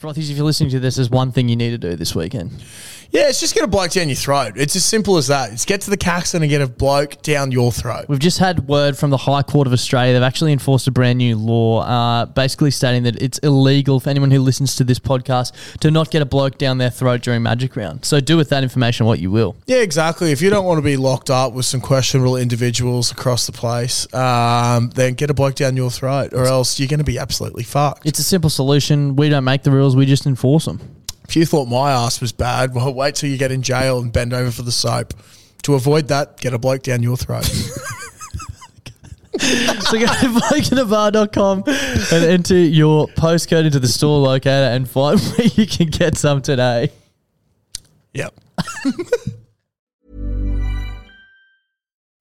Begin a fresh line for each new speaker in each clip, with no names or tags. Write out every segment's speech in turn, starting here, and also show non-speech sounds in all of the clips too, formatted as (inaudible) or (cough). Frothies, if you're listening to this, there's one thing you need to do this weekend.
Yeah, it's just get a bloke down your throat. It's as simple as that. It's get to the Caxton and get a bloke down your throat.
We've just had word from the High Court of Australia. They've actually enforced a brand new law, uh, basically stating that it's illegal for anyone who listens to this podcast to not get a bloke down their throat during Magic Round. So do with that information what you will.
Yeah, exactly. If you don't want to be locked up with some questionable individuals across the place, um, then get a bloke down your throat, or else you're going to be absolutely fucked.
It's a simple solution. We don't make the rules, we just enforce them.
If you thought my ass was bad, well, wait till you get in jail and bend over for the soap. To avoid that, get a bloke down your (laughs)
(laughs)
throat.
so go to (laughs) blokeinabar.com and enter your postcode into the store locator and find (laughs) where you can get some today.
yep.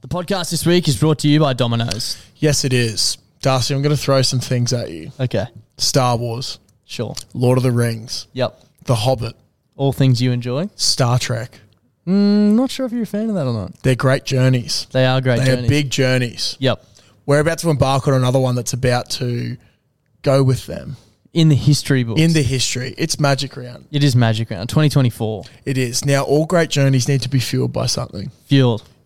The podcast this week is brought to you by Domino's.
Yes, it is. Darcy, I'm going to throw some things at you
Okay,
Star Wars,
sure.
Lord of the Rings,
Yep.
The Hobbit,
All things you enjoy.
Star Trek.
I'm Mm, not sure if you're a fan of that or not.
They're great journeys.
They are great
They're
journeys.
big journeys.
Yep.
We're about to embark on another one that's about to go with them
In the history books.
in the history. It's Magic Round.
it is Magic Round 2024.
It is. Now, all great journeys need to be fueled by something.
Fueled.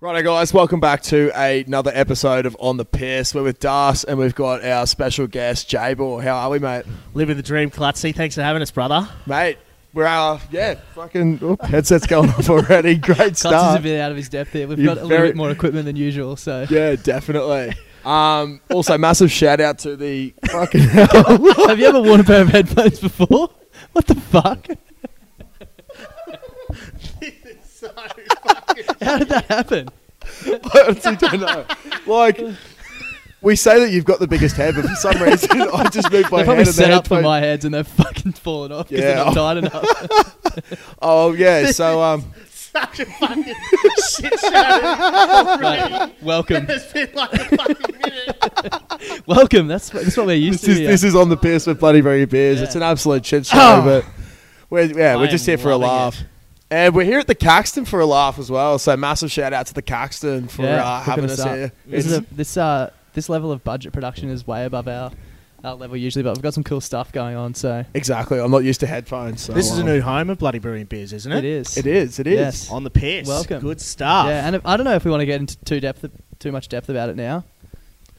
Righto, guys, welcome back to another episode of On the Piss. We're with Das and we've got our special guest, Jabor. How are we, mate?
Living the dream, Clutzy. Thanks for having us, brother.
Mate, we're, uh, yeah, fucking oh, headset's going off already. (laughs) Great
Clutz is a
start.
bit out of his depth here. We've
You're
got a little
very-
bit more equipment than usual,
(laughs)
so
Yeah, definitely. Um, also, massive shout out to the fucking (laughs) hell.
have you ever worn a pair of headphones before? (laughs) What the fuck? How did that happen?
I honestly don't know. Like, we say that you've got the biggest head, but for some reason, I just moved my
They're
head
probably
and the
set up for
headphone-
my heads and they're fucking falling off because
Yeah.
they're not
(laughs)
tight enough.
Oh, yeah,
(laughs)
so, um,
Such a fucking shit show. Right.
Welcome,
It's been like a fucking minute.
welcome. That's that's what we're used
This
to.
is,
Here.
this is on the piss with bloody very beers.
Yeah. Oh.
It's an absolute shit show, but we're yeah, we're
I
just
am
here for a
loving
laugh. And we're here at the Caxton for a laugh as well. So massive shout out to the Caxton for
Yeah,
uh,
hooking
having us
us up.
here.
This is
It's-
a, this uh this level of budget production is way above our our level usually, but we've got some cool stuff going on. So
exactly. I'm not used to headphones. So
This is a
um,
new home of Bloody Brewing Beers, isn't it?
it is.
It is. It is.
Yes.
On the piss.
Welcome.
Good stuff.
Yeah, and if, I don't know if we want to get into too depth, too much depth about it now.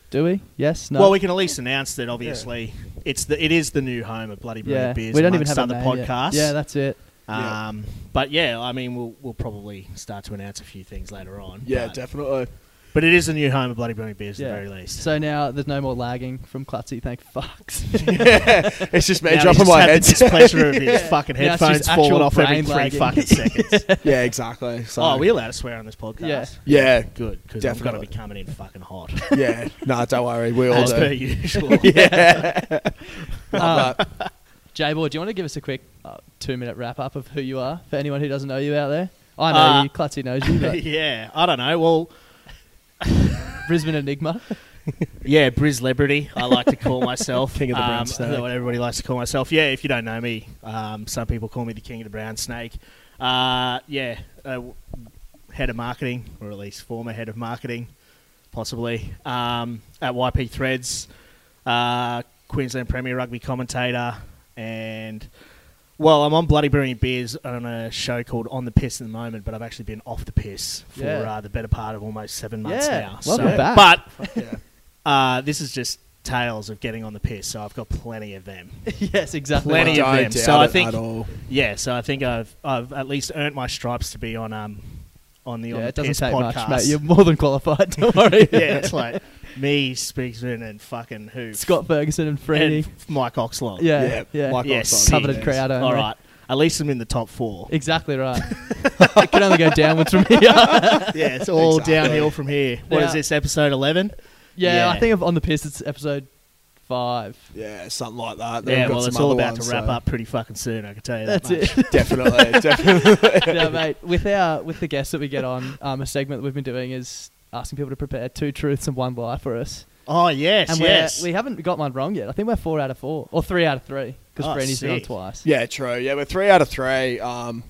Do we? Yes. No.
Well, we can at least announce that. Obviously, it's the it is the new home of Bloody Brewing
yeah.
Beers.
we don't even
amongst
have
other
a name yet.
podcasts.
Yeah, that's it.
Yeah.
Um, but yeah, I mean, we'll we'll probably start to announce a few things later on.
Yeah,
but (laughs)
definitely.
But it is the new home of Bloody Brownie Beers at
Yeah.
the very least.
So now there's no more lagging from Clutzy, thank (laughs) fucks.
It's just me
Now
dropping
he's
my
had the
head.
displeasure
(laughs)
of his fucking
Yeah, it's just
headphones falling
actual
off every
brain
three
lagging.
fucking seconds.
(laughs) yeah, exactly. So,
oh, are we allowed to swear on this podcast?
Yeah.
Yeah,
Good, because I'm going to
Definitely.
be coming in fucking hot.
yeah. No, don't worry. We all
As per
do.
usual.
um, J Board, do you want to give us a quick uh, two minute wrap up of who you are for anyone who doesn't know you out there? I know
Uh,
you, Clutzy knows you,
(laughs)
but
(laughs) yeah, I don't know. Well,
Brisbane
(laughs)
Enigma.
yeah, Briz Celebrity, I like to call
(laughs)
myself.
King of the brown
um,
snake.
that's What everybody likes to call myself. Yeah, if you don't know me, um, some people call me the King of the Brown Snake. Uh, yeah, uh, w- head of marketing, or at least former head of marketing, possibly, um, at YP Threads, uh, Queensland Premier Rugby commentator, and. Well, I'm on Bloody Brewing Beers on a show called On the Piss at the moment, but I've actually been off the piss for
Yeah.
uh, the better part of almost seven months
Yeah,
now.
welcome
so,
back.
But (laughs) uh, this is just tales of getting on the piss, so I've got plenty
(laughs)
of them.
yes, (laughs) exactly.
Plenty
I don't
of them.
doubt
So I
it
think-
at all.
Yeah, so I think I've I've at least earned my stripes to be on um on the on
Yeah,
the
it doesn't
piss
take
podcast.
much, mate. You're (laughs) more than qualified. Don't worry.
(laughs)
(laughs)
yeah, it's like me, Speaksman, and fucking who
Scott Ferguson and Freeney.
and f- Mike Oxlong.
Yeah,
Yeah,
yeah.
Michael
yes,
Oxlade.
sick.
Coveted crowd only.
All right, at least I'm in the
(laughs)
top four.
Exactly
(laughs)
right. Can only go downwards from here. yeah,
yeah, it's all
Exactly.
downhill from here. What is
Yeah.
this episode eleven?
I think of on the piss. It's episode five.
Yeah, something like that. Then
Yeah,
we've got
well, it's
some
all
other
about
ones,
to wrap
so-
up pretty fucking soon. I can tell you
That's
that much.
it. (laughs)
(laughs) Definitely,
(laughs)
definitely.
no, mate. With our with the guests that we get on, um, a segment that we've been doing is asking people to prepare two truths and one lie for us.
Oh yes,
And
yes.
we're, we haven't got one wrong yet. I think we're four out of four or three out of three because
Oh,
Breeny's been on
sick.
twice.
Yeah, true. Yeah, we're three out of three. Um,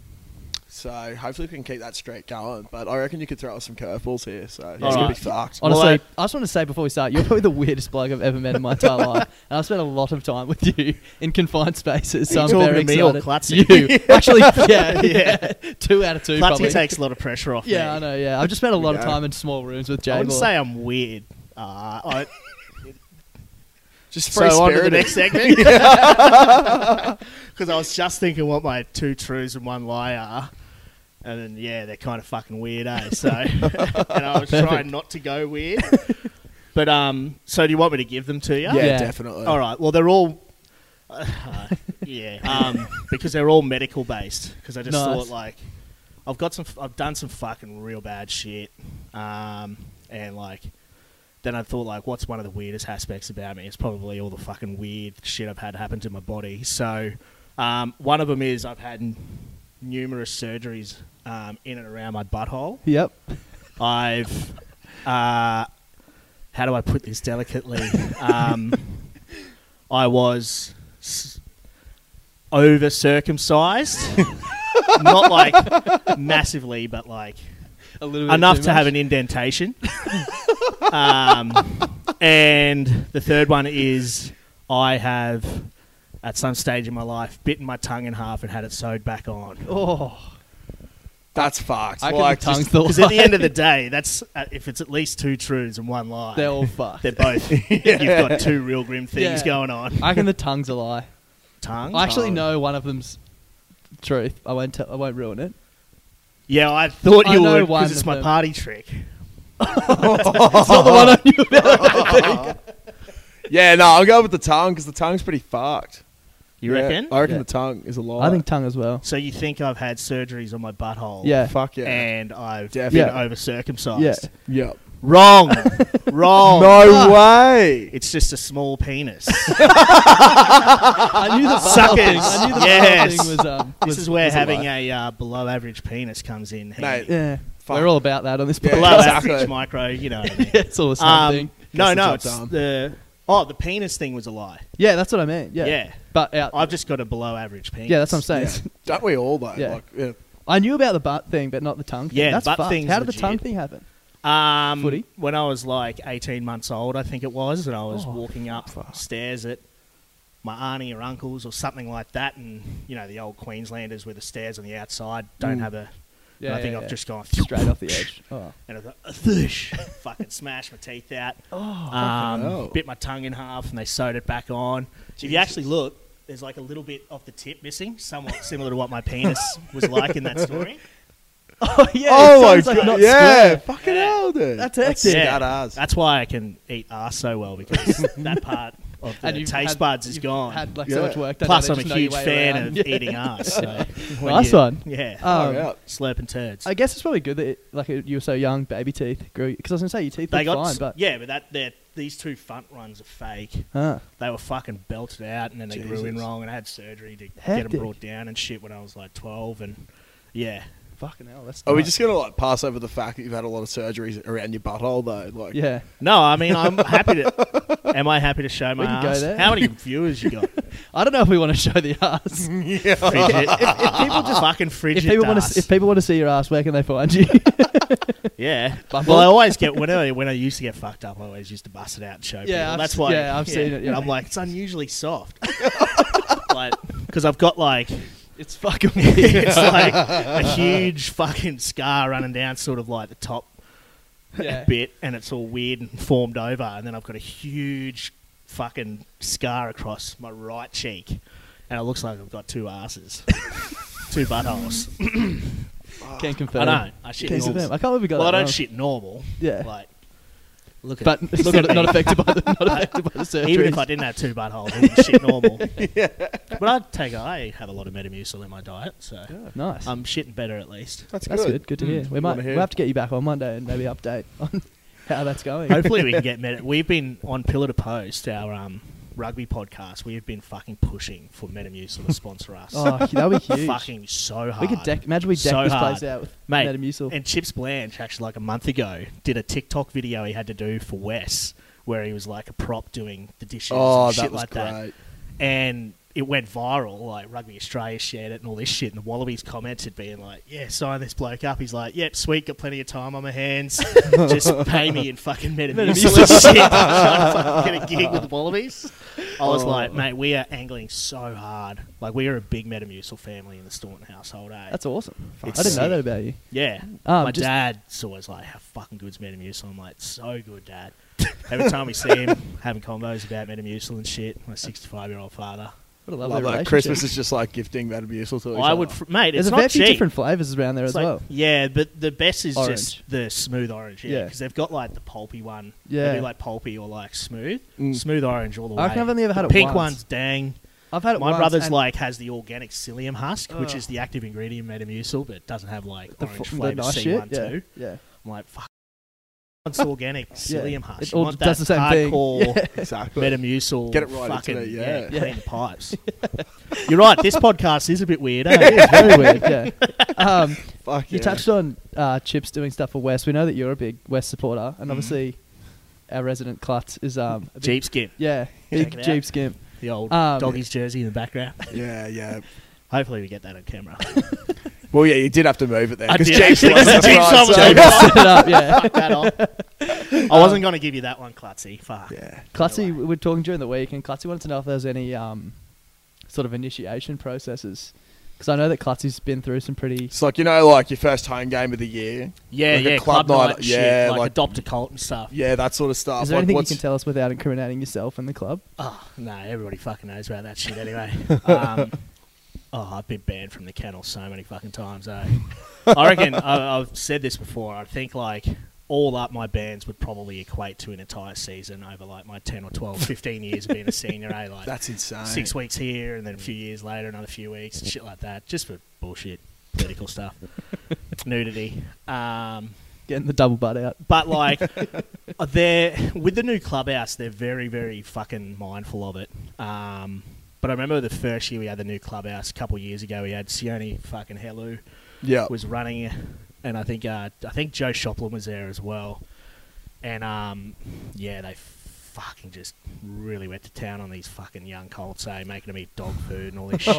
so hopefully we can keep that streak going. But I reckon you could throw us some curveballs here. So it's gonna
right.
be fucked.
Honestly,
Well,
I,
I-
just want to say before we start, you're probably the weirdest bloke I've ever met in my entire
(laughs)
life, and I spent a lot of time with you in confined spaces. So
Are
I'm
you talking
very
to me or
excited.
Clutzy?
You
(laughs)
actually, yeah, yeah, two out of two.
Clutzy
probably.
takes a lot of pressure off.
Yeah,
me.
I know. Yeah, I've just spent a lot of
go.
time in small rooms with Jay.
I wouldn't
Moore.
say I'm weird. Uh, (laughs) I,
Just free
so on to the
spirited.
next segment. (laughs) Because I was just thinking what my two truths and one lie are. And then, yeah, they're kind of fucking weird, eh? So, (laughs) and I was trying not to go weird. But, um, so do you want me to give them to you?
Yeah,
Yeah.
definitely.
All right. Well, they're all. Uh, yeah. Um, because they're all medical based. Because I just
Nice.
thought like, I've got some. I've done some fucking real bad shit. Um, and like, then I thought like, what's one of the weirdest aspects about me? It's probably all the fucking weird shit I've had happen to my body. So, um, one of them is I've had n- numerous surgeries um, in and around my butthole.
Yep.
I've. Uh, how do I put this delicately? Um, I was s- over circumcised. Not like massively, but like
A little bit
enough
too
to
much.
have an indentation. um, and the third one is I have, at some stage in my life, bitten my tongue in half and had it sewed
(laughs)
back on.
Oh,
That's fucked.
I
like,
can tongue
just-
thought.
Because (laughs) at the end of the day, that's uh, if it's at least two truths and one lie,
they're all fucked.
they're both. You've got two real grim things
Yeah.
going on.
I reckon the tongue's a lie.
Tongue.
I actually
Tongue.
know one of them's truth. I won't. T- I won't ruin it.
Yeah, I thought
I
you
know
would
one
because it's
of
my
them.
party trick.
It's not the one I knew about.
yeah, no, I'll go with the tongue because the tongue's pretty fucked.
You
Yeah,
reckon?
I reckon
Yeah.
the tongue is a lie.
I think tongue as
(laughs)
well.
so you think I've had surgeries on my butthole?
Yeah.
Fuck yeah.
And I've
Definitely.
been over circumcised.
Yeah.
Yep.
Wrong.
Oh,
Wrong.
No way.
It's just a small penis.
I knew the
Suckers.
butthole thing. I knew the butthole
Yes.
thing was. Um,
this is where having a, uh, below average penis comes in. handy.
yeah.
Fuck.
We're all about that on this
Yeah.
podcast.
Below
Exactly.
average micro, you know what I mean.
Yeah, it's all the same
Um,
thing.
no,
Gets the
no,
job
it's
done.
the oh, the penis thing was a lie.
Yeah, that's what I meant. Yeah.
Yeah.
But out.
I've just got a below average penis.
yeah, that's what I'm saying.
Yeah. (laughs)
(laughs)
Don't we all though?
Yeah.
Like, yeah.
I knew about the butt thing, but not the tongue. Thing.
Yeah,
that's
butt
fucked.
thing's
How did the
legit.
tongue thing happen?
Um,
Footy?
When I was like 18 months old, I think it was, and I
Oh,
was walking up stairs at my auntie or uncle's or something like that, and you know the old Queenslanders where the stairs on the outside don't have a.
Mm. Yeah,
and I think
yeah,
I've
yeah.
just gone
Straight off the edge. Oh.
(laughs) and I thought, a thush, (laughs) fucking smashed my teeth out.
Oh,
um, bit my tongue in half, and they sewed it back on. If you actually look, there's like a little bit of the tip missing, somewhat similar to what my penis was like in that story.
Oh yeah.
oh my
sounds like
god!
not
yeah,
square.
fucking
Yeah.
hell, dude.
That's
That's
hectic.
scat ass.
That's why I can eat ass so well
(laughs)
because that part of the
you've
taste
had-
buds is
you've
gone.
Had like
Yeah.
so much work. done
Plus,
now
I'm
they
a
just know your
huge
way
fan
around.
of
(laughs) Yeah.
eating ass.
(laughs)
So when
Nice
you-
one.
Yeah.
Um,
Far out.
slurping turds.
I guess it's probably good that it, like it, you were so young, baby teeth grew. Because I was gonna say your teeth
they
look
got
fine,
s-
but
yeah, but that they're- these two front runs are fake.
Ah.
They were fucking belted out, and then they grew in
Jesus.
wrong, and I had surgery to get
Hectic.
them brought down and shit when I was like 12, and yeah.
fucking hell, that's.
Are we
nuts.
just gonna like pass over the fact that you've had a lot of surgeries around your butthole though? Like,
Yeah.
No, I mean I'm happy to.
(laughs)
am I happy to show my
We can go
ass?
there.
How
(laughs)
many viewers you got?
I don't know if we want to show the
(laughs)
ass.
Frigid. if people just fucking frigid
if people want
ass.
to, if people want to see your ass, where can they find (laughs) you? (laughs)
Yeah.
Bumble.
Well, I always get when I when I used to get fucked up, I always used to bust it out and show people.
I've
That's
s-
why.
yeah, I've seen it, yeah.
And (laughs) I'm like, it's
(laughs)
unusually soft. like, because I've got like
it's
(laughs)
fucking weird.
it's
(laughs)
like a huge fucking scar running down, sort of like the top
yeah.
bit, and it's all weird and formed over, and then I've got a huge fucking scar across my right cheek, and it looks like I've got
(laughs)
two asses, two buttholes.
Can confirm.
I don't. I shit
Can
normal.
confirm. I can't believe we got
Well, I
that
don't
wrong.
shit normal.
Yeah.
Like, look at
But it's
look
not,
at me.
not affected
(laughs)
by the not affected by the surgery.
Even if I didn't have two buttholes, it would be shit normal. But I'd take. I have a lot of Metamucil in my diet, so
nice.
I'm shitting better at least.
that's,
That's good. Good to hear. We might
wanna
we
hear.
will have to get you back on Monday and maybe update (laughs) on how that's going.
(laughs) Hopefully, we can get Met. We've been on Pillar to Post, our um, rugby podcast. We have been fucking pushing for Metamucil to sponsor us.
Oh, that
(laughs)
would be huge.
Fucking so hard.
we could deck. Imagine we deck
So
this
hard.
place out with
Mate,
Metamucil.
And Chips Blanche, actually, like a month ago, did a TikTok video he had to do for Wes, where he was like a prop doing the dishes
Oh,
and
that
shit
was
like that.
great.
And it went viral. Like Rugby Australia shared it and all this shit. And the Wallabies commented, being like, "Yeah, sign this bloke up." He's like, "Yep, sweet, got plenty of time on
(laughs)
my hands. Just pay me in fucking Metamucil and shit. (laughs) Trying to fucking get a gig with the Wallabies." I
Oh.
was like, "Mate, we are angling so hard. Like, we are a big Metamucil family in the Staunton household. Eh?
That's awesome. I
It's
didn't know
sick.
that about you.
Yeah.
Um,
My
just-
dad's always like, how fucking good's Metamucil? I'm like, so good, dad. Every time we see him,
(laughs)
having convos about Metamucil and shit, my 65 year old father.
What a lovely
Love that.
relationship.
Christmas is just like gifting that abusive to each
I
other.
would, fr- mate,
There's
it's
a fair
not
few
cheap.
different flavors around there
It's
as
like-
well.
Yeah, but the best is
Orange.
just the smooth orange, yeah,
Yeah.
because they've got like the pulpy one.
Yeah.
they do like pulpy or like smooth,
Mm.
smooth orange all the way.
I reckon I've only ever had
the
it
pink
once.
one's dang.
I've had it.
My
once
brother's
and
like has the organic psyllium husk, which is the active ingredient in Metamucil, but doesn't have like
the,
orange
fl- the
flavour
nice
C1
shit. Yeah,
too.
yeah.
I'm like, fuck.
(laughs)
It's organic psyllium husk.
It
You
all
want
does the
that
same thing. (laughs)
hardcore
exactly.
(laughs) Metamucil.
Get it right into
fucking,
it,
yeah.
yeah.
Clean the pipes. You're right. This podcast is a bit weird. Eh?
It's very weird. Yeah.
(laughs)
Um,
Fuck
You
yeah.
touched on uh, Chips doing stuff for West. We know that you're a big West supporter, and obviously our resident klutz is um, a big, (laughs)
Mm-hmm. Jeep skip.
Yeah,
Check
big
it out.
Jeep skimp.
The old
Um,
doggies jersey in the background. (laughs)
Yeah, yeah.
Hopefully we get that
(laughs)
on camera.
Well, yeah, you did have to move it there
I
because
did
James
actually, 'cause
wasn't
the (laughs) James
right,
one was
so-
over.
Set it up,
(laughs)
yeah. (laughs)
That on. (laughs) I wasn't going to give you that one, Clutzy. Fuck.
Yeah.
Klutzy, we were talking during the week, and Klutzy wanted to know if there was any um, sort of initiation processes. Because I know that Klutzy's been through some pretty.
It's like you know, like your first home game of the year.
Yeah,
Like a
yeah.
club
Club,
night,
night,
yeah,
shit, like,
like-
adopt a cult and stuff.
Yeah, that sort of stuff.
Is there
Like,
anything you
what's-
can tell us without incriminating yourself and the club?
Oh, no, everybody fucking knows about that
(laughs)
shit anyway. Um, oh, I've been banned from the kennel so many fucking times. Eh? I
(laughs)
reckon I, I've said this before. I think like all up my bans would probably equate to an entire season over like my 10 or 12, 15 years of being a senior, eh?
(laughs)
Like
That's insane.
six weeks here and then a few years later, another few weeks and shit like that, just for bullshit, political stuff, nudity. Um,
Getting the double butt out.
but like, uh, they're with the new clubhouse, they're very, very fucking mindful of it. Um, but I remember the first year we had the new clubhouse a couple of years ago. We had Sione fucking Helu
Yeah.
was running, and I think uh, I think Joe Shopland was there as well. And um, yeah, they fucking just really went to town on these fucking young colts, eh? Making them eat dog food and all
(laughs)
this shit.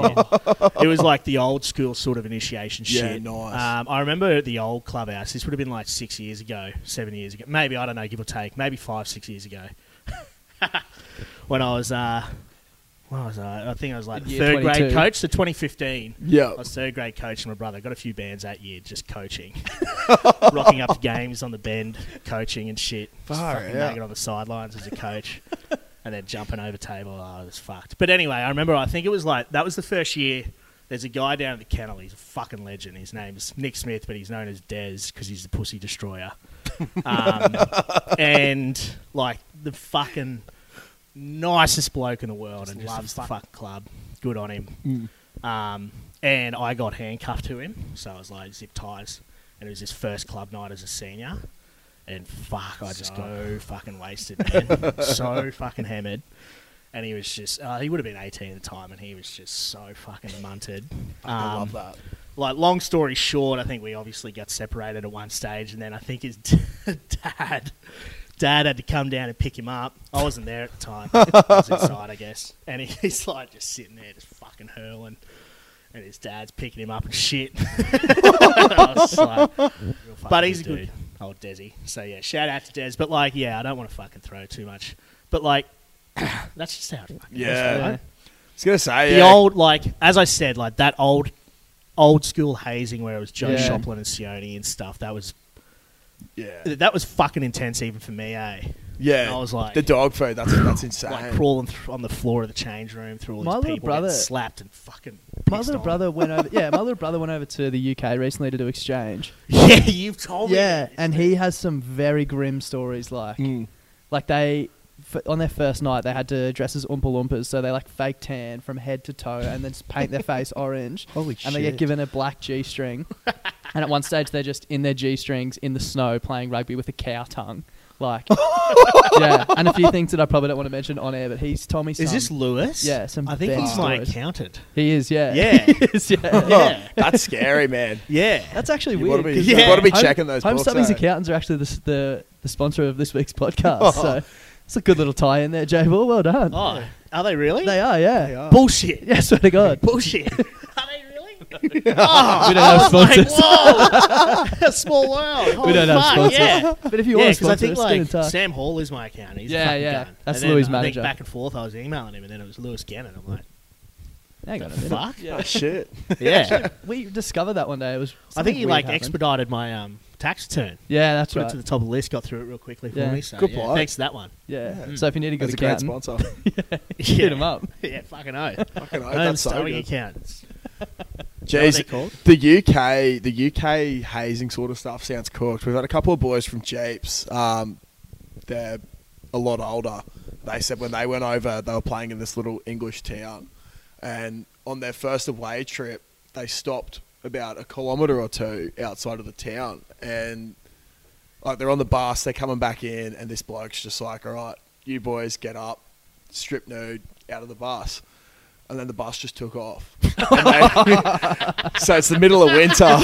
it was like the old school sort of initiation
Yeah,
shit.
nice.
Um, I remember at the old clubhouse. This would have been like six years ago, seven years ago, maybe I don't know, give or take, maybe five, six years ago. (laughs) when I was, uh, when I was, uh, I think I was like
Year
third
22.
grade coach, so 2015.
Yeah.
I was third grade coach and my brother got a few bands that year just
(laughs)
coaching, rocking up to games on the bend, coaching and shit. Just
Far
fucking
out.
nagging on the sidelines as a coach, and then jumping over table. Oh, I was fucked. But anyway, I remember. I think it was like that was the first year There's a guy down at the kennel. He's a fucking legend. His name's Nick Smith, but he's known as Dez because he's the
(laughs)
pussy destroyer. Um, and like the fucking nicest bloke in the world, and loves the fucking club. Good on him.
Mm.
Um, and I got handcuffed to him, so I was like zip ties, and it was his first club night as a senior. And fuck, I
(laughs)
just go fucking wasted, man. so fucking hammered. And he was just, uh, he would have been 18 at the time, and he was just so fucking munted.
I
Um,
love that.
like long story short, I think we obviously got separated at one stage, and then I think his (laughs) dad dad had to come down and pick him up. I wasn't there at the time; I (laughs) was inside, I guess. And he, (laughs) he's like just sitting there, just fucking hurling, and his dad's picking him up and shit. (laughs) I was just like, but he's a good old Desi. So yeah, shout out to Des. But like, yeah, I don't want to fucking throw too much. But like, (clears throat) that's just how it fucking is,
Yeah. I
right?
was gonna say
the
yeah.
old like as I said, like that old old school hazing where it was Joe
Yeah.
Shoplin and Sione and stuff. That was
yeah,
that was fucking intense even for me, eh?
yeah.
And I was like-
the dog food. That's that's insane.
Like crawling th- on the floor of the change room through all
My
these
little
people, getting
brother-
slapped and fucking.
My
pissed
little
on.
brother went over. Yeah, my little brother went over to the UK recently to do exchange.
(laughs) Oh, Yeah, you've told me.
yeah,
that.
and he has some very grim stories. Like, like they f- on their first night they had to dress as Oompa Loompas, so they like fake tan from head to toe, and then just paint their face orange.
Holy
And they get
shit.
given a black G string, and at one stage they're just in their G strings in the snow playing rugby with a cow tongue. Like, yeah, and a few things that I probably don't want to mention on air, but he's told me.
Is
some-
this Lewis?
Yeah, some
I think
bad
he's my
stories. (laughs)
accountant.
He is, yeah.
Yeah.
he is, yeah.
(laughs) Yeah,
Oh, that's scary,
(laughs)
man.
yeah.
(laughs) That's actually
You
weird.
gotta be-
'cause,
you
like,
gotta
be
Home-
checking those
Home
books,
Studies
eh?
accountants are actually the, s- the the sponsor of this
(laughs)
week's podcast. So it's a good little tie in there, Jay. Well, well done.
Oh, are they really?
They are, yeah.
Bullshit.
Yeah, swear to God. (laughs)
Bullshit. are they really? Oh.
we
(laughs)
don't
Oh
have sponsors. (laughs)
Whoa! Small world. Holy
don't have
fuck,
sponsors.
Yeah.
But if (laughs) you
Yeah,
want to
because I
sponsor
think
us, get in
like
touch.
Sam Hall is my account. He's a
Yeah,
fucking
yeah.
cunt.
That's
and then
Louis'
I
manager.
Think back and forth, I was emailing him, and then it was Lewis Gannon. I'm like,
Hang on a minute.
fuck. Yeah.
Oh,
(laughs)
shit.
We discovered that one day. It was.
I think
something
he
weird
like
happened.
expedited my um, tax return.
Yeah, that's
Put it
right.
to the top of the list. Got through it real quickly for
Yeah.
me. So
Good
yeah,
bloke.
thanks to
(laughs)
that one.
yeah.
Hmm.
So if you need a good
That's a great
accountant,
sponsor.
(laughs) Hit
him up.
(laughs) yeah, fucking oh.
(laughs)
Fucking oath,
Home
that's so
stowing
good.
account.
Jeez,
they called?
the UK, the UK hazing sort of stuff sounds cooked. We've had a couple of boys from Jeeps. Um, they're a lot older. They said when they went over, they were playing in this little English town, and on their first away trip, they stopped about a kilometre or two outside of the town, and like they're on the bus, they're coming back in, and this bloke's just like, "All right, you boys get up, strip nude, out of the bus." And then the bus just took off. And they- so it's the middle of winter.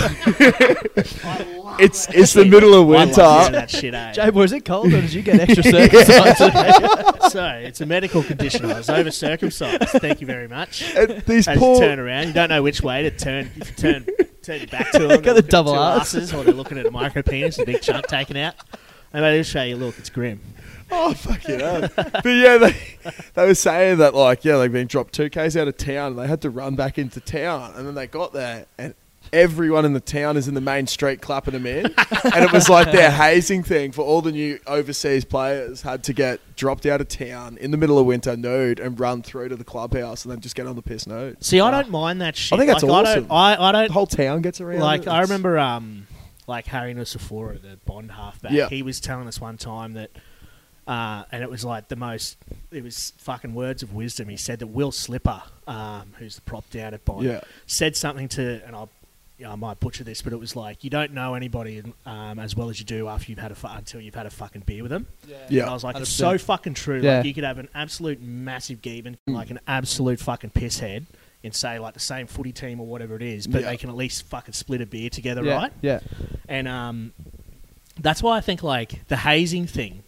(laughs) it's it's the middle of
I love hearing
winter.
that
(laughs)
shit, eh?
Jay, boy, is it cold or did you get
(laughs)
extra service? on today?
(laughs) so it's a medical condition. I was over circumcised. Thank you very much.
And these
As
poor
you turn around, you don't know which way to turn. If you turn, turn your back to them,
Got the double
two
Rs.
asses, or they're looking at a micro penis, a big chunk taken out. And they'll show you, look, it's grim.
Oh fucking hell! but yeah, they they were saying that like yeah, they've been dropped two k's out of town. They had to run back into town, and then they got there, and everyone in the town is in the main street clapping them in, and it was like their hazing thing for all the new overseas players had to get dropped out of town in the middle of winter nude and run through to the clubhouse and then just get on the piss nude.
See, I don't mind that shit.
I think that's
like,
awesome.
I don't, I, I
The
don't
whole town gets around.
like
it.
I remember um like Harry Nusifora, the Bond halfback,
Yeah.
he was telling us one time that uh, and it was like the most it was fucking words of wisdom. He said that Will Slipper, um, who's the prop down at Bond,
Yeah.
said something to and I'll you know, I might butcher this, but it was like you don't know anybody um, as well as you do after you've had a fu- until you've had a fucking beer with them.
Yeah.
And I was like, it's so fucking true.
Yeah.
Like you could have an absolute massive Gibbon, like an absolute fucking piss head and say like the same footy team or whatever it is, but
Yeah.
they can at least fucking split a beer together,
yeah,
right?
yeah.
And um, that's why I think like the hazing thing,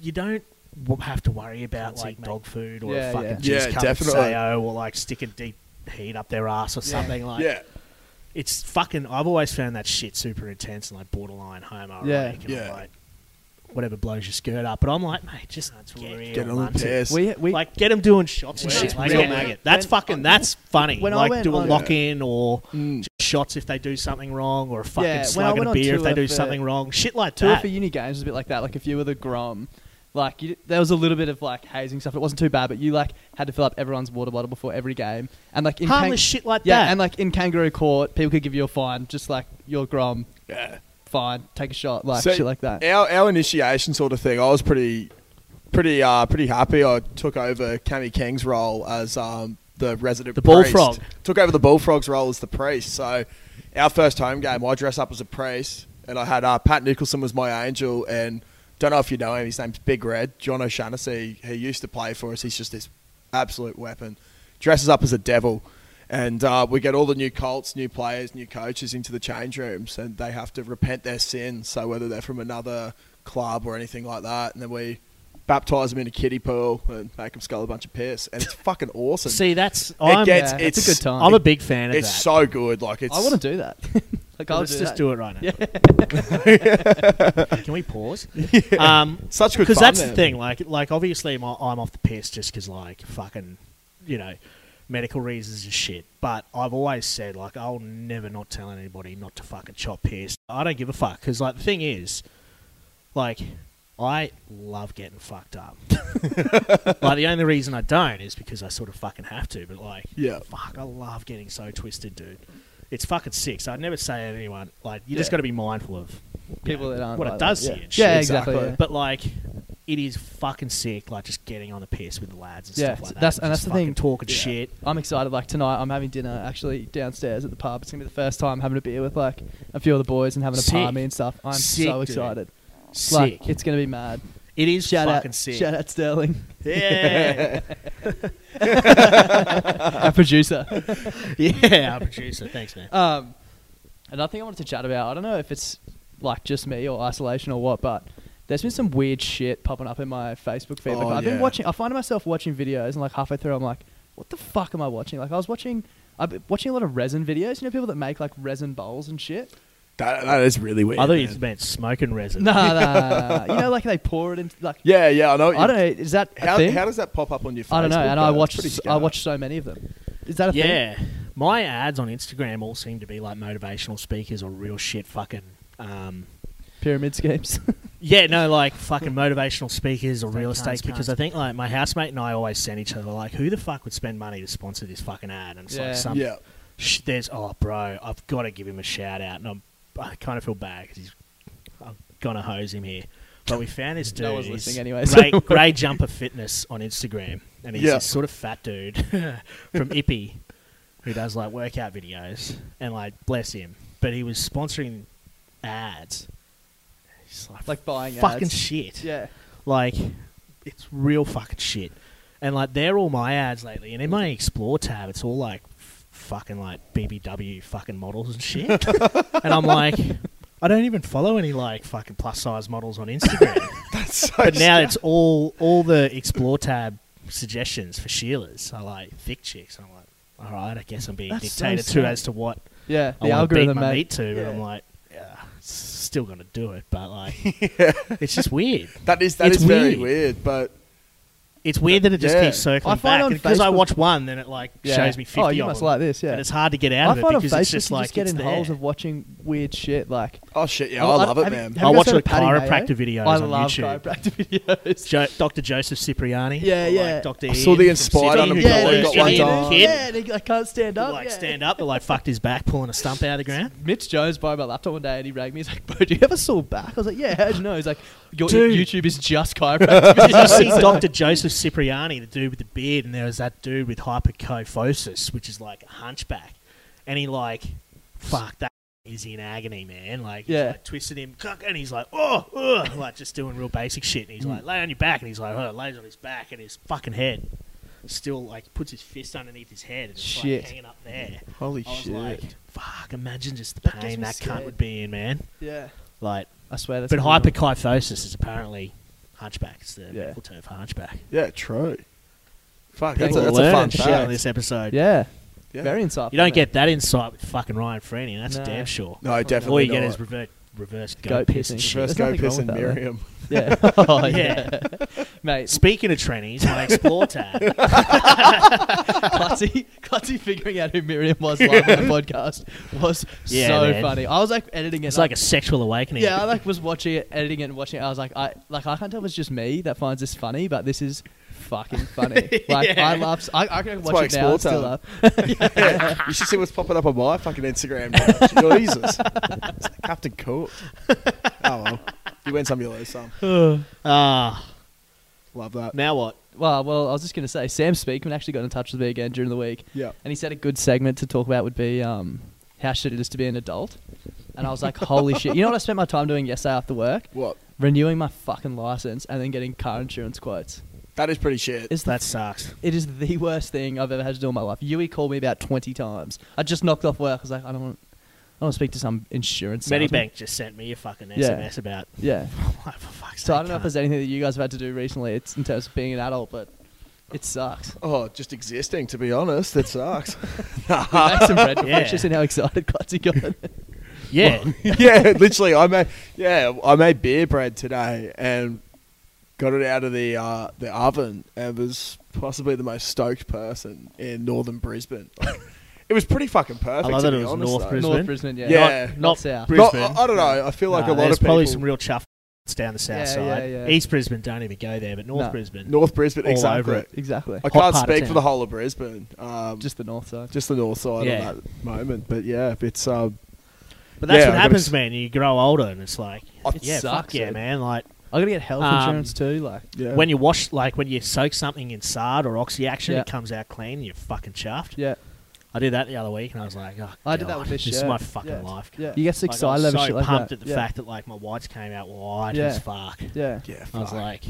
you don't w- have to worry about like dog food or
Yeah,
a fucking
yeah.
juice
Yeah,
cup
definitely.
Sayo or like sticking deep heat up their ass or something like
yeah,
it's fucking. I've always found that shit super intense and like borderline homoerotic
Yeah.
and
Yeah.
like whatever blows your skirt up. But I'm like, mate, just get, real
get on the
munted.
piss.
We, we,
Like get them doing shots and shit. Like,
real
yeah.
maggot.
That's
When-
fucking. That's funny.
when I
like
went
do a
on-
lock in or
Mm.
just shots if they do something wrong or a fucking
Yeah, when I
slug
went
and a
on
beer if
tour
they do
for-
something wrong. Shit like
tour
that.
for uni games was a bit like that. Like if you were the Grom, Like you, there was a little bit of like hazing stuff. It wasn't too bad, but you like had to fill up everyone's water bottle before every game, and like in
Harmless shit like
yeah,
that.
and like in kangaroo court, people could give you a fine, just like your grom, yeah, fine, take a shot, like
So
shit like that.
Our, our initiation sort of thing. I was pretty, pretty, uh, pretty happy. I took over Cammy King's role as um, the resident
The
priest.
bullfrog.
Took over the bullfrog's role as the priest. So, our first home game, I dressed up as a priest, and I had uh, Pat Nicholson was my angel, and don't know if you know him. His name's Big Red. John O'Shaughnessy. He used to play for us. He's just this absolute weapon. Dresses up as a devil. And uh, we get all the new Colts, new players, new coaches into the change rooms, and they have to repent their sins. So whether they're from another club or anything like that, and then we baptize them in a kiddie pool and make them skull a bunch of piss, and it's fucking awesome.
See, that's I'm,
gets-
Yeah, it's a good time.
I'm a big fan of
it's
that.
so good. Like it's
I want to do that. (laughs) like I'll
Let's
do
just
that.
do it right now.
(laughs)
Can
(laughs)
we pause? Um,
Such good
because
fun,
that's the
man.
thing. Like, like obviously, I'm, I'm off the piss just because, like, fucking, you know, medical reasons and shit. But I've always said, like, I'll never not tell anybody not to fucking chop piss. I don't give a fuck because, like, the thing is, like, I love getting fucked up. (laughs) like, the only reason I don't is because I sort of fucking have to. But like,
Yeah.
fuck, I love getting so twisted, dude. It's fucking sick. So I'd never say to anyone like you just got to be mindful of you
People that aren't
what
like
it does
that,
to
yeah.
you. and shit.
Yeah, exactly, yeah.
But like, it is fucking sick. Like just getting on the piss with the lads and
Yeah,
stuff like that.
that's- and
just
that's the thing.
fucking Talking
Yeah.
shit.
I'm excited. Like tonight, I'm having dinner actually downstairs at the pub. It's gonna be the first time having a beer with like a few of the boys and having a
Sick.
party and stuff. I'm
Sick,
so
dude.
excited.
Sick.
Like it's gonna be mad.
it is
Shout
fucking
out,
sick.
shout out
(laughs)
Sterling, (laughs)
Yeah,
our producer.
yeah. Our producer, thanks, man.
Um, another thing I wanted to chat about, I don't know if it's like just me or isolation or what, but there's been some weird shit popping up in my Facebook feed. Like,
Oh,
I've been
yeah.
watching, I find myself watching videos and like halfway through I'm like, what the fuck am I watching? Like I was watching, I've been watching a lot of resin videos. You know people that make like resin bowls and
(laughs)
shit?
that, that is really weird.
I thought
man.
you meant smoking resin.
Nah, nah, nah. You know like they pour it into like,
yeah, yeah, I know. what
I
you-
don't know, is that a
How,
thing?
how does that pop up on your? Facebook,
I don't know, and
though?
I
It's
watched,
pretty
s- I
scary.
watched so many of them. Is (laughs) that a thing?
Yeah. My ads on Instagram all seem to be like motivational speakers or real shit fucking um
Pyramid schemes. (laughs)
yeah, no, like fucking motivational speakers or real
Cunts,
estate because
cunts.
I think like my housemate and I always send each other like who the fuck would spend money to sponsor this fucking ad and it's
Yeah.
like some
Yeah, (laughs)
sh- there's oh bro I've got to give him a shout out and I'm, I kind of feel bad because he's I'm gonna hose him here but we found this
(laughs)
dude
No one's
he's
listening anyway, so (laughs)
great,
don't worry.
Grey Jumper Fitness on Instagram and he's
Yeah.
this sort of fat dude (laughs) from Ippy who does like workout videos and like bless him but he was sponsoring ads He's
Like buying
fucking
ads.
shit
yeah.
like, it's real fucking shit. And like, they're all my ads lately. And in my explore tab, it's all like f- fucking like BBW fucking models
(laughs)
and shit. and I'm like, I don't even follow any like fucking plus size models on
(laughs)
Instagram. but
(laughs)
now it's all all the explore tab suggestions for Sheila's are like thick chicks. And I'm like, all right, I guess I'm being
That's so
dictated
sad.
to as to what
Yeah, the
I want to beat
algorithm,
my
mate.
meat to. But
Yeah.
I'm like, yeah, s- still gonna do it. But like,
(laughs)
it's just weird.
that is that
It's
is very
weird.
weird, but
It's weird that it just
Yeah.
keeps circling
I find
back
on
because I
Facebook-
watch one, then it like
Yeah.
shows me fifty.
Oh, you
of
must
them.
like this, yeah.
And it's hard to get out
I
of
find
it
on
because
Facebook
it's just
you
like
just get
it's
in
there.
holes of watching weird shit. Like
oh shit, yeah,
I-
I,
I-
love it,
have you-
man.
have
I
you
watch
seen
the
Paddy Mayo?
chiropractor videos
I
on
love
YouTube.
chiropractor (laughs) videos.
Jo- Dr. Joseph Cipriani.
Yeah,
or,
yeah.
Like Dr.
(laughs) I saw the
Ian from
Inspired
Sydney
on him
who
Yeah,
got
they
the
got one
Indian
time.
kid
Yeah, they, I can't stand
who,
up.
like
yeah.
stand up, but like fucked his back, pulling a stump out of the ground.
Mitch Jones borrowed my laptop one day and he rang me. He's like, "Bro, do you ever saw back?" I was like, "Yeah, how do you know?" He's like, "Your
Dude.
YouTube is just
(laughs)
chiropractic." (laughs)
Did you see Dr. Joseph Cipriani, the dude with the beard, and there was that dude with hyperkophosis, which is like a hunchback, and he like, fuck that. Is in agony, man. Like, he's
Yeah.
like twisted him, cuck, and he's like, oh, ugh, like just doing real basic shit. And
Hmm.
he's like, lay on your back, and he's like, oh, lays on his back, and his fucking head still like puts his fist underneath his head, and it's
Shit.
like hanging up there.
Holy
I was like, fuck, imagine just the
That gets
pain
me
that
scared.
cunt would be in, man.
yeah,
Like,
I swear that's.
but
gonna be
hyperkyphosis is apparently hunchback. It's the medical term for hunchback.
yeah, true. Fuck,
People
that's a, that's a
learn
fun
shit on
fact.
this
on.
episode.
yeah.
Yeah.
very insightful.
You don't
mate.
get that insight with fucking Ryan Freeney, that's
No.
damn sure.
No, definitely
All you get
not.
is revert reverse
Goat
goat, piss
pissing.
and shit.
Reverse
There's nothing
go
wrong
piss
with that, though. (laughs)
and Miriam. (laughs)
Yeah. oh,
(laughs) Yeah.
yeah. Mate,
Speaking of trannies,
(laughs)
my explore tab.
Clutzy, Clutzy figuring out who Miriam
(laughs)
was live on the podcast was
Yeah,
so
man.
funny. I was like editing it.
It's
and I-
like a sexual awakening.
yeah, I like was watching it, editing it, and watching it. I was like, I like I can't tell if it's just me that finds this funny, but this is fucking
(laughs)
funny. Like
Yeah.
I laugh. s- I, I can
why
watch it
it's
now.
more
and Still
time.
laugh.
Yeah. you should see what's popping up on my fucking Instagram.
(laughs)
Now. Jesus, It's like Captain Cook. Oh well, you win some, you lose some.
Ah,
Love that.
now what?
Well, well, I was just gonna say, Sam Speakman actually got in touch with me again during the week,
Yeah.
and he said a good segment to talk about would be um, how shit it is to be an adult. And I was like, holy shit! You know what I spent my time doing yesterday after work?
What?
Renewing my fucking license and then getting car insurance quotes.
That is pretty shit.
It's the
That sucks.
It is the (laughs) worst thing I've ever had to do in my life. Yui called me about 20 times. I just knocked off work. I was like, I don't want, I want to speak to some insurance. salesman.
Medibank just sent me a fucking
Yeah.
SMS about. (laughs)
Yeah.
Oh, for fuck's
So I don't
sake, (laughs)
know if
cunt.
there's anything that you guys have had to do recently it's in terms of being an adult, but it sucks.
Oh, just existing. To be honest, it sucks.
We made some bread before.
(laughs) Yeah.
It's just in how excited (laughs) Clutzy got.
(laughs)
(laughs)
Yeah.
yeah, literally. I made yeah, I made beer bread today and got it out of the uh, the oven and was possibly the most stoked person in northern Brisbane. Like, it was pretty fucking perfect.
I love
to
that it
be
was
honest,
North
though.
Brisbane.
North Brisbane, yeah.
Yeah.
Not, not,
Not
south.
Brisbane.
Not- I, I don't know. I feel like
Nah,
a lot
there's
of
probably
people-
some real chuff down the south
Yeah,
side.
yeah, yeah.
East Brisbane don't even go there, but North
No.
Brisbane.
North Brisbane,
all over
exactly.
it.
Exactly.
I
Hot
can't
part of
speak for
town.
the whole of Brisbane. Um, just
Just the north side.
just the north side
Yeah.
at that moment. But yeah, it's um,
But that's
Yeah, I've
what
got
happens,
to s- eh?
man. You grow older, and it's like,
It
yeah,
sucks,
fuck yeah,
dude.
man. Like
I gotta get health
Um,
insurance too. Like,
yeah.
when you wash, like when you soak something in sard or oxy action,
Yeah.
it comes out clean. You're fucking chuffed.
yeah.
I did that the other week, and I was like, oh,
I did that with
God,
this
This is
shirt.
my fucking
Yeah.
life.
Yeah. You get so
Like,
excited
I was
over
so
shit like
pumped
that.
at the
yeah.
fact that like my whites came out white
Yeah.
as fuck.
Yeah.
yeah,
I was
fuck.
like,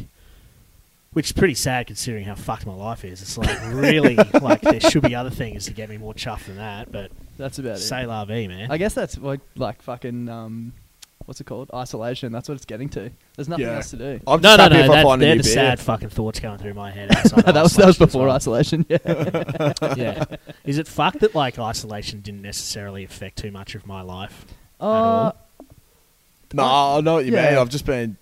which is pretty sad considering how fucked my life is. It's like really (laughs) like there should be other things to get me more chuffed than that, but
That's about it.
say la vie, man.
I guess that's what like fucking um, what's it called? Isolation. That's what it's getting to. There's nothing
Yeah.
else to do.
I'm
no,
just
no,
happy
no.
if I
That,
find a
they're
new
the
beer.
sad fucking thoughts going through my head.
(laughs)
outside
that was that was
Oh, isolation as
before
well.
isolation. Yeah.
Yeah. (laughs) Is it fucked that like isolation didn't necessarily affect too much of my life?
Uh,
No, I know what you
Yeah.
mean. I've just been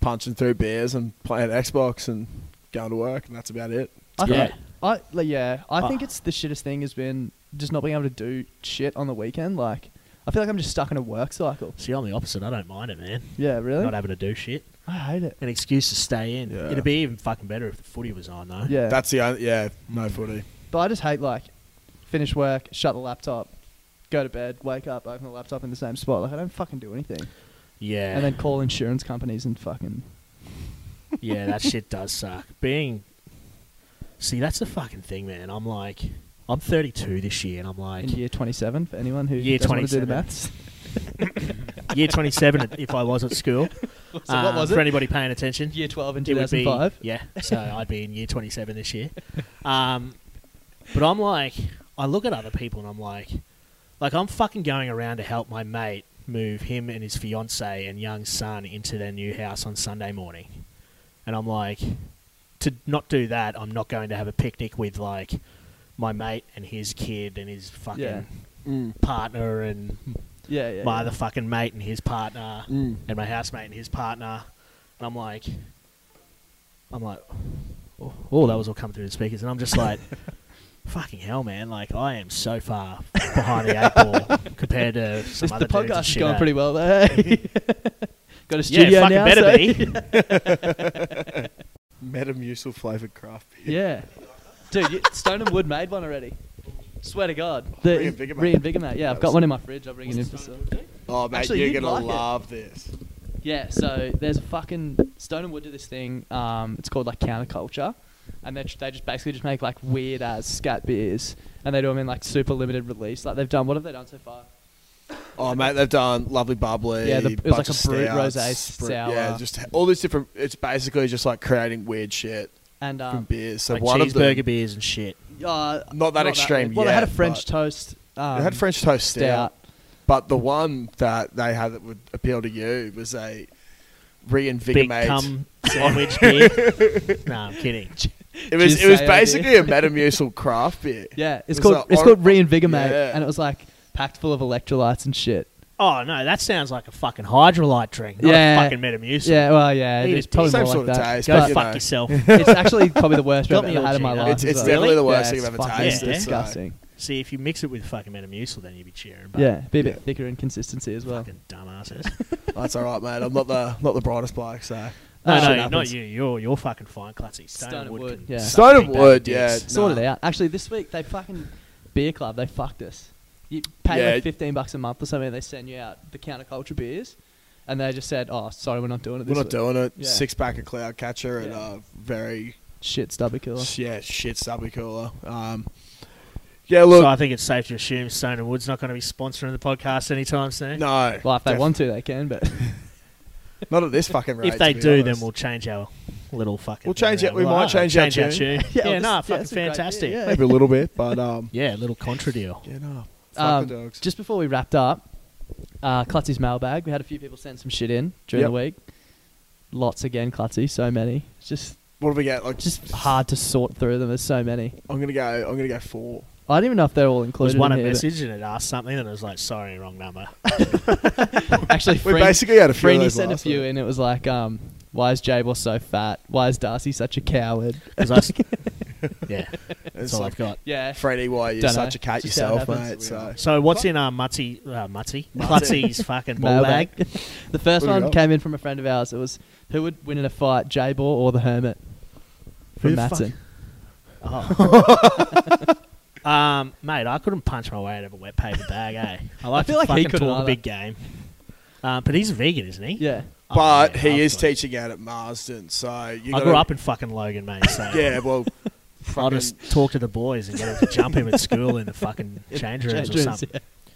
punching through beers and playing Xbox and going to work, and that's about it.
I
Yeah.
think, I like, yeah. I think
Ah.
it's the shittest thing has been just not being able to do shit on the weekend. Like, I feel like I'm just stuck in a work cycle.
See, I'm the opposite. I don't mind it, man.
Yeah, really.
Not able to do shit.
I hate
(laughs)
it.
An excuse to stay in.
Yeah.
It'd be even fucking better if the footy was on, though.
Yeah.
That's the only, yeah, no footy.
but I just hate like finish work, shut the laptop, go to bed, wake up, open the laptop in the same spot. Like I don't fucking do anything.
Yeah.
And then call insurance companies and fucking
(laughs) yeah, that shit does suck. Being. See, that's the fucking thing, man. I'm like. I'm 32 this year, and I'm like.
in year 27 for anyone who
Year
doesn't want to do the
27. (laughs)
maths.
year 27 at- if I was at
(laughs)
school. um,
So what was
For
it?
anybody paying attention,
Year 12 in
it would be
2005.
yeah. So I'd be in year 27 this year. Um, but I'm like, I look at other people and I'm like, like I'm fucking going around to help my mate move him and his fiance and young son into their new house on Sunday morning, and I'm like, to not do that, I'm not going to have a picnic with like my mate and his kid and his fucking
Yeah. Mm.
partner and
yeah, yeah.
my
yeah.
other fucking mate and his partner
Mm.
and my housemate and his partner and I'm like I'm like oh, oh, that was all coming through the speakers and I'm
(laughs)
just like fucking hell man like I am so far behind the eight
(laughs)
ball compared to some
This,
other
the
dudes and
podcast is
shit
going
out.
pretty well
(laughs)
there. Got a
yeah
studio
fucking
now.
better
so-
be
Metamucil flavoured craft beer.
(laughs) Yeah. Dude, you, Stone and Wood made one already. Swear to God. The
Reinvigorate.
Reinvigorate, Yeah, I've got one in my fridge. I'll bring it in for some.
Oh, mate,
Actually,
you're
you'd like
going
it.
to love this.
Yeah, so there's a fucking Stone and Wood do this thing. Um, it's called like counterculture, and they they just basically just make like weird ass scat beers, and they do them in like super limited release. Like they've done what have they done so far?
Oh, mate, they've done lovely bubbly.
Yeah, the- it was
bunch
like a
of
brut,
stouts,
rosé,
brut-
sour.
Yeah, just all these different. It's basically just like creating weird shit
And
from
um,
beers. So
like
one of
cheeseburger
them,
beers and shit
uh,
not that extreme.
well, they had a
yet,
French
but-
toast. Um,
they had French toast
stout.
stout, but the one that they had that would appeal to you was a
big
(laughs)
reinvigorate.
cum sandwich beer no I'm kidding
It was
Just
it was
say
basically a
(laughs)
Metamucil craft beer.
Yeah, it's
It was
called
like
it's
or-
called Reinvigorate,
Yeah.
and it was like packed full of electrolytes and shit.
Oh no, that sounds like a fucking hydrolite drink. Not
Yeah.
a fucking Metamucil.
Yeah, well, yeah,
Need
it's
a
probably
tea.
Same
more
sort
like
of
that.
taste,
Go
but, you
fuck
(laughs)
know.
yourself.
it's actually probably the
(laughs)
worst
Got
I've
me
ever had in my
all
life.
cheated.
It's, it's
as well.
definitely the worst
Yeah,
thing
it's
I've ever
fucking-
yeah,
tasted.
it's
so-
disgusting.
See, if you mix it with fucking Metamucil, then you'd be cheering. But
Yeah, be a bit
Yeah.
thicker in consistency as well.
Fucking
(laughs)
dumbasses.
That's all right, mate. I'm not the not the brightest bloke, so.
no,
Shit
no,
happens.
not you. You're you're fucking fine, Clutzy. Stone,
Stone and
Wood.
Wood,
can
yeah.
suck
Stone
big
and
bag
Wood,
of dicks.
yeah.
Sorted
Nah.
it out. Actually, this week they fucking beer club. They fucked us. You pay
Yeah.
like fifteen bucks a month or something. and They send you out the counterculture beers, and they just said, "Oh, sorry, we're not doing it
We're
this
not
week."
doing it.
Yeah.
Six pack of cloud catcher and
Yeah.
a very
Shit, stubby killer.
yeah shit stubby cooler. Um, yeah,
So I
look,
think it's safe to assume Stone and Wood's not going to be sponsoring the podcast anytime soon.
no,
Well, if they
def-
want to, they can.
(laughs)
But
not at this fucking rate.
if they
to be
do, then
honest.
we'll change our little fucking.
We'll
thing
change it.
around.
We
Well,
might
ah,
change our
our
tune.
tune.
Yeah,
yeah,
well,
no,
this- yeah,
fucking
it's a great
fantastic.
idea,
Yeah.
yeah.
(laughs) maybe a little bit, but um,
little contra deal.
yeah, no, fuck
um,
the dogs.
just before we wrapped up, uh, Clutzy's mailbag. We had a few people send some shit in during
Yep.
the week. Lots again, Clutzy. So many. It's just,
what do we get? Like,
just hard to sort through them. There's so many.
I'm gonna go. I'm gonna go four.
I don't even know if they're all
There was
included.
one a
in here, but-
message and it asked something and it was like, sorry, wrong number.
(laughs) Actually,
We
Freen-
basically had a few of
Freeney
those
sent a
last
few
week.
in. It was like, um, why is Jabo so fat? Why is Darcy such a coward?
'Cause
(laughs)
I s- yeah, that's
It's
all
like
I've got.
Yeah.
Freddie, why you're
Dunno.
such a cat
Just how it
yourself,
happens.
mate? So
So what's in our Mutty, uh, Mutty,
Mutty.
Clutzy's fucking ball bag?
(laughs) the first
What do we
one
got?
came in from a friend of ours. It was who would win in a fight, Jabo or the Hermit? From
Who the fuck-
Matson.
Um, mate, I couldn't punch my way out of a wet paper bag, eh?
(laughs)
I like
feel
to
like he
fucking
couldn't
talk a
either.
big game. Um, but he's a vegan, isn't he?
Yeah.
Oh,
but
yeah, I've
he is
got-
teaching out at Marsden, so you.
I
gotta-
grew up in fucking Logan, mate. So
(laughs)
(laughs)
Yeah, well,
(laughs) I'll
fucking
just talk to the boys and get them to jump him at school in
(laughs)
the fucking change rooms
Change
or
rooms,
something.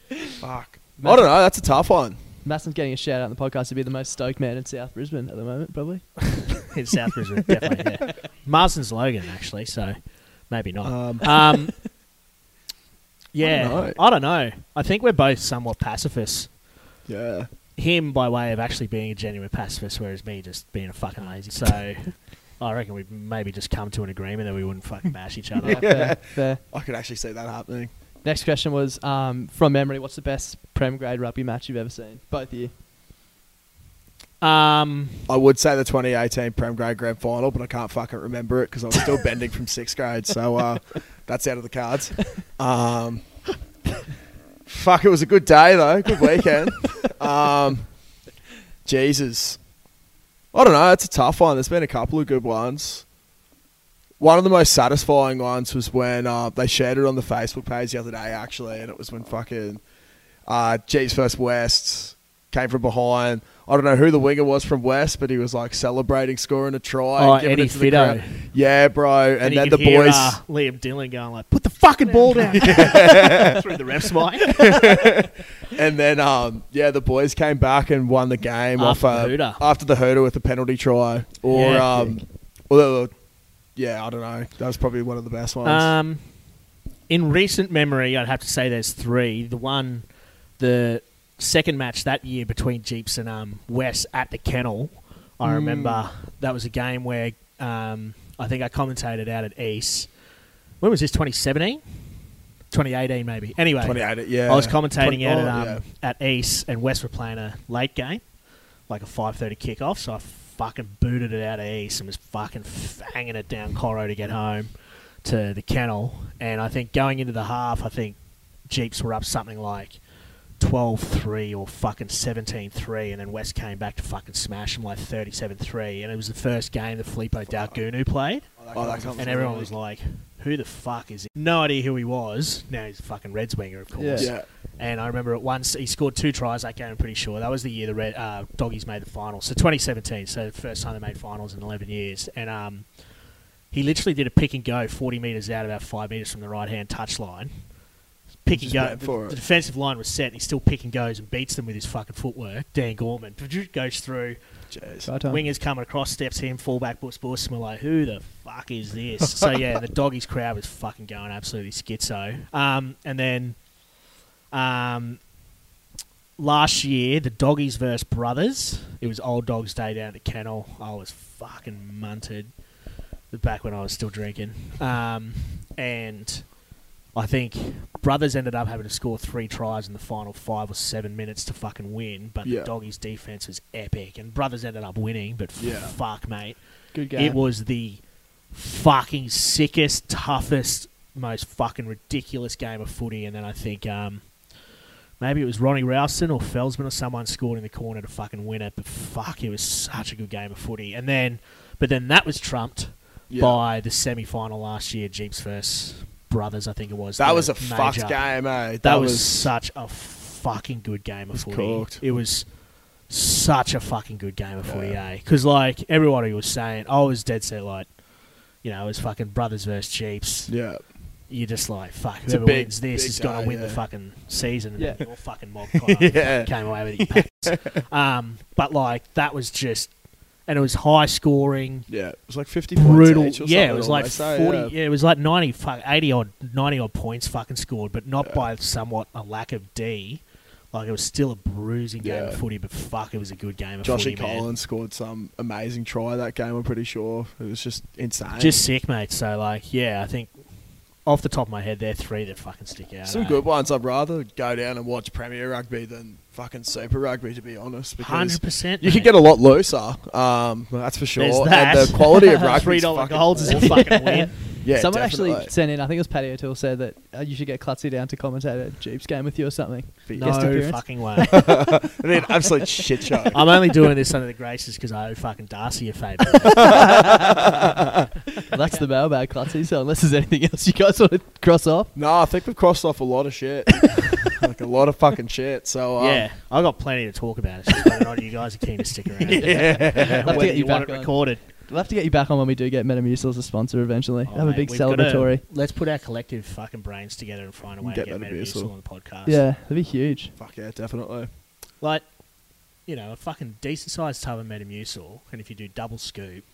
yeah.
fuck. I don't know. That's a tough one.
Matson's getting a shout out in the podcast to be the most stoked man in South Brisbane at the moment,
(laughs)
probably.
in South
(laughs)
Brisbane, definitely. Yeah. Marsden's Logan, actually, so maybe not.
Uh,
Um,
(laughs) Um, yeah, I
dunno.
don't, know. I think we're both somewhat pacifists.
yeah.
Him by way of actually being a genuine pacifist, whereas me just being a fucking lazy. So I reckon we'd maybe just come to an agreement that we wouldn't fucking bash each other.
Yeah, fair, fair.
I could actually see that happening.
Next question was um, from memory. What's the best prem grade rugby match you've ever seen? Both of you.
Um,
I would say the 2018 Prem Grade Grand Final, but I can't fucking remember it because I was
(laughs)
still bending from sixth grade. So uh, that's out of the cards. Um, fuck, it was a good day though. Good
(laughs)
weekend. Um, Jesus, I don't know. It's a tough one. There's been a couple of good ones. One of the most satisfying ones was when uh, they shared it on the Facebook page the other day, actually, and it was when fucking uh, G's first West came from behind. I don't know who the winger was from West, but he was like celebrating scoring a try.
Oh,
and giving
Eddie
it to the
Fido.
crowd. Yeah, bro. And,
you
then the
could hear,
boys.
uh, Liam Dillon going like, "Put the fucking ball down." Through the ref's mic
And then, um, yeah, the boys came back and won the game
After
off
the
uh,
hooter.
after the hooter with a penalty try, or
Yeah,
um, well, they were- yeah, I don't know. That was probably one of the best ones.
Um, in recent memory, I'd have to say there's three. The one, the second match that year between Jeeps and um, Wes at the Kennel, I remember that was a game where um, I think I commentated out at East. When was this? 2017, 2018, maybe. Anyway,
28, yeah.
I was commentating
20
out at
oh,
um,
yeah.
at East, and West were playing a late game, like a five thirty kickoff. So I fucking booted it out of East and was fucking fanging it down Coro to get home to the kennel. And I think going into the half, I think Jeeps were up something like 12-3 or fucking 17-3 and then West came back to fucking smash them like 37-3 and it was the first game that Filippo Dalgunu played
Oh, that comes
and everyone was like who the fuck is he? No idea who he was. Now he's a fucking Reds winger, of course.
Yeah. Yeah.
And I remember at once he scored two tries that game. I'm pretty sure that was the year the Red uh, Doggies made the finals. So 2017, so the first time they made finals in 11 years. And um, he literally did a pick and go 40 metres out, about five metres from the right hand touchline. Pick and
Just
go.
went for
The,
it.
the defensive line was set, and he still pick and goes and beats them with his fucking footwork. Dan Gorman goes through.
Jeez.
Try time.
Wingers coming across, steps him, fullback boots Bush, and we're like, who the fuck is this? so yeah, the doggies crowd was fucking going absolutely schizo. Um, and then um, last year, the doggies versus brothers. It was old dogs day down at the kennel. I was fucking munted. Back when I was still drinking. Um, and I think brothers ended up having to score three tries in the final five or seven minutes to fucking win. But
Yeah.
the doggies' defense was epic, and brothers ended up winning. But
Yeah.
fuck, mate,
Good game.
it was the fucking sickest, toughest, most fucking ridiculous game of footy. And then I think um, maybe it was Ronnie Ralston or Felsman or someone scored in the corner to fucking win it. But fuck, it was such a good game of footy. And then, but then that was trumped
Yeah.
by the semi final last year, Jeeps versus Brothers, I think it was.
That
the
was a
major.
fucked game, eh? That,
That was, such a fucking good game of
was
footy.
cooked.
It was such a fucking good game of footy,
Yeah.
eh? Because like everybody was saying, I was dead set like, you know, it was fucking brothers versus
(laughs)
Jeeps. (laughs)
yeah,
You're just like, fuck,
a
whoever
big-
wins this
big
is gonna
day,
win the
yeah.
fucking season. And
Yeah.
your
(laughs)
fucking mob kinda
Yeah.
came away with it. you
(laughs)
pats. um, but like that was just, and it was high scoring
yeah. It was like fifty
brutal.
Points each or
Yeah, it
something
was like
almost, eh?
forty.
Yeah.
Yeah. it was like ninety, fuck, eighty odd, ninety odd points fucking scored, but not
Yeah.
by somewhat a lack of D. Like it was still a bruising game
Yeah.
of footy, but fuck, it was a good game of
Joshy
footy, man.
Collins scored some amazing try that game. I'm pretty sure it was just insane.
Just sick, mate. So like, yeah, I think off the top of my head, they're three that fucking stick out.
some
eh?
good ones. I'd rather go down and watch Premier Rugby than fucking Super Rugby, to be honest. Because
100%,
You could
mate.
get a lot looser. Um, that's for
There's
sure.
that.
And the quality
(laughs)
of rugby.
three dollar golds is a fucking
(laughs)
win.
Yeah,
Someone
definitely.
actually sent in, I think it was Paddy O'Toole said that uh, you should get Clutzy down to commentate a Jeeps game with you or something. Guest
No
appearance.
fucking way.
I mean, absolute shit show.
(laughs) I'm only doing this under the graces because I owe fucking Darcy
(laughs)
a favour.
Well, that's the mailbag, Clutzy. So unless there's anything else you guys want to cross off,
no, I think we've crossed off a lot of
(laughs)
shit. like a lot of fucking shit. So um,
yeah, I got plenty to talk about. It's just whether or not you guys are keen to stick
(laughs)
around.
I'll have to
whether
get
you
you
want
back
it
on.
recorded.
We'll have to get you back on when we do get Metamucil as a sponsor eventually.
Oh,
Have
mate,
a big
we've gotta-
celebratory.
let's put our collective fucking brains together and find a way
Get
to get
that to be
Metamucil
useful.
on the podcast.
Yeah, that'd be huge.
Fuck yeah, definitely.
Like, you know, a fucking decent sized tub of Metamucil, and if you do double scoop,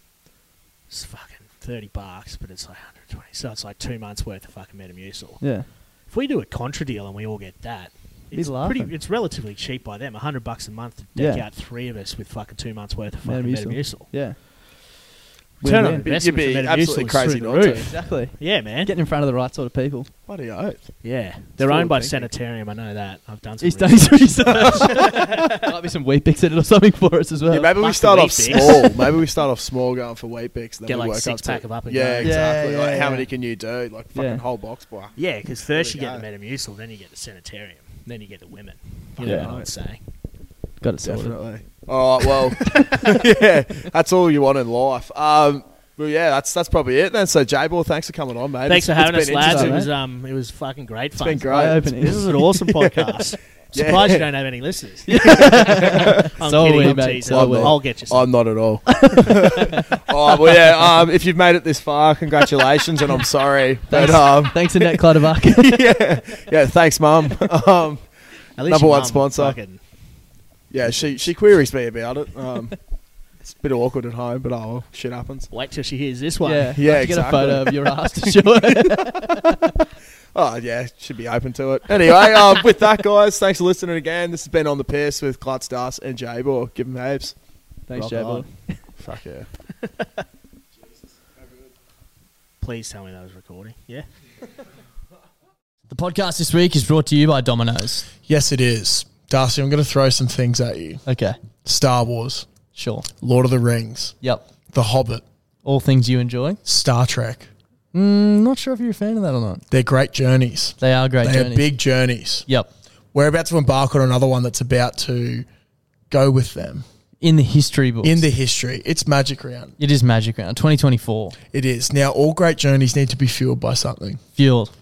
it's fucking 30 bucks, but it's like 120. So it's like two months worth of fucking Metamucil.
Yeah.
If we do a contra deal and we all get that,
He's
it's
laughing.
pretty. It's relatively cheap by them. 100 bucks a month to deck
Yeah.
out three of us with fucking two months worth of fucking Metamucil.
Yeah.
Return on
Win-win.
investment
You'd be
for Metamucil
absolutely
is
crazy
through the
not to.
roof.
Exactly.
Yeah, man.
Getting in front of the right sort of people.
Bloody oath.
Yeah, they're
forward
owned by
thinking.
Sanitarium. I know that. I've done some.
He's done
research.
his research. (laughs) Might be some wheat bix in it or something for us as well.
Yeah, maybe we
Uh, fuck
start
the
off
wheat bix.
small. maybe we start off small going for weight picks. Then
Get,
we
like,
work
six
up
pack
to,
of up and
Yeah,
go.
Yeah,
exactly. like,
yeah,
How
yeah.
many can you do? Like fucking
Yeah.
whole box, boy.
(laughs) Yeah, because first you
There we
get the
go.
Metamucil, then you get the Sanitarium, then you get the women. You
Yeah.
know what I'm saying?
Got it sorted.
Definitely. All right. Well, (laughs) yeah, that's all you want in life. Um, well, yeah, that's that's probably it then. So, J Ball, thanks for coming on, mate.
Thanks for
It's-
having
it's
us,
been
lads. It
interesting.
was um, it was fucking great
It's
fun.
been great.
Eye opening.
This is
(laughs)
an awesome podcast.
Yeah.
Surprised you don't have any
(laughs)
listeners. I'm
So are
kidding,
we,
I'm
mate.
teasing.
So are
I'll,
we.
I'll get you. Some.
I'm not at
(laughs)
all. oh, well, yeah. Um, if you've made it this far, congratulations, and I'm
(laughs)
sorry. But
Thanks,
um,
(laughs) thanks
(laughs)
Annette Clutterbuck.
yeah, yeah. Thanks, mum. (laughs) Um,
At least
number
your
one
mum
sponsor.
fucking-
yeah, she she queries me about it. Um, it's a bit awkward at home, but oh, well, shit happens.
Wait till she hears this one.
yeah,
Yeah,
I'll have to get a
exactly.
photo of
(laughs)
your ass to show it.
Oh yeah, should be open to it. Anyway, um, with that, guys, thanks for listening again. This has been on the piss with Klutz Das and J Ball. Give them heaps.
Thanks,
Rock
Jabo.
on.
Fuck yeah.
Please tell me that was recording. Yeah.
The podcast this week is brought to you by Domino's.
Yes, it is. Darcy, I'm going to throw some things at you
Okay,
Star Wars,
sure.
Lord of the Rings,
Yep.
The Hobbit,
All things you enjoy.
Star Trek.
Mm, not sure if you're a fan of that or not.
They're great journeys.
They are great
They
journeys.
are big journeys.
Yep.
We're about to embark on another one that's about to go with them
In the history books.
in the history. It's Magic Round.
it is Magic Round 2024.
It is. Now, all great journeys need to be fueled by something.
Fueled.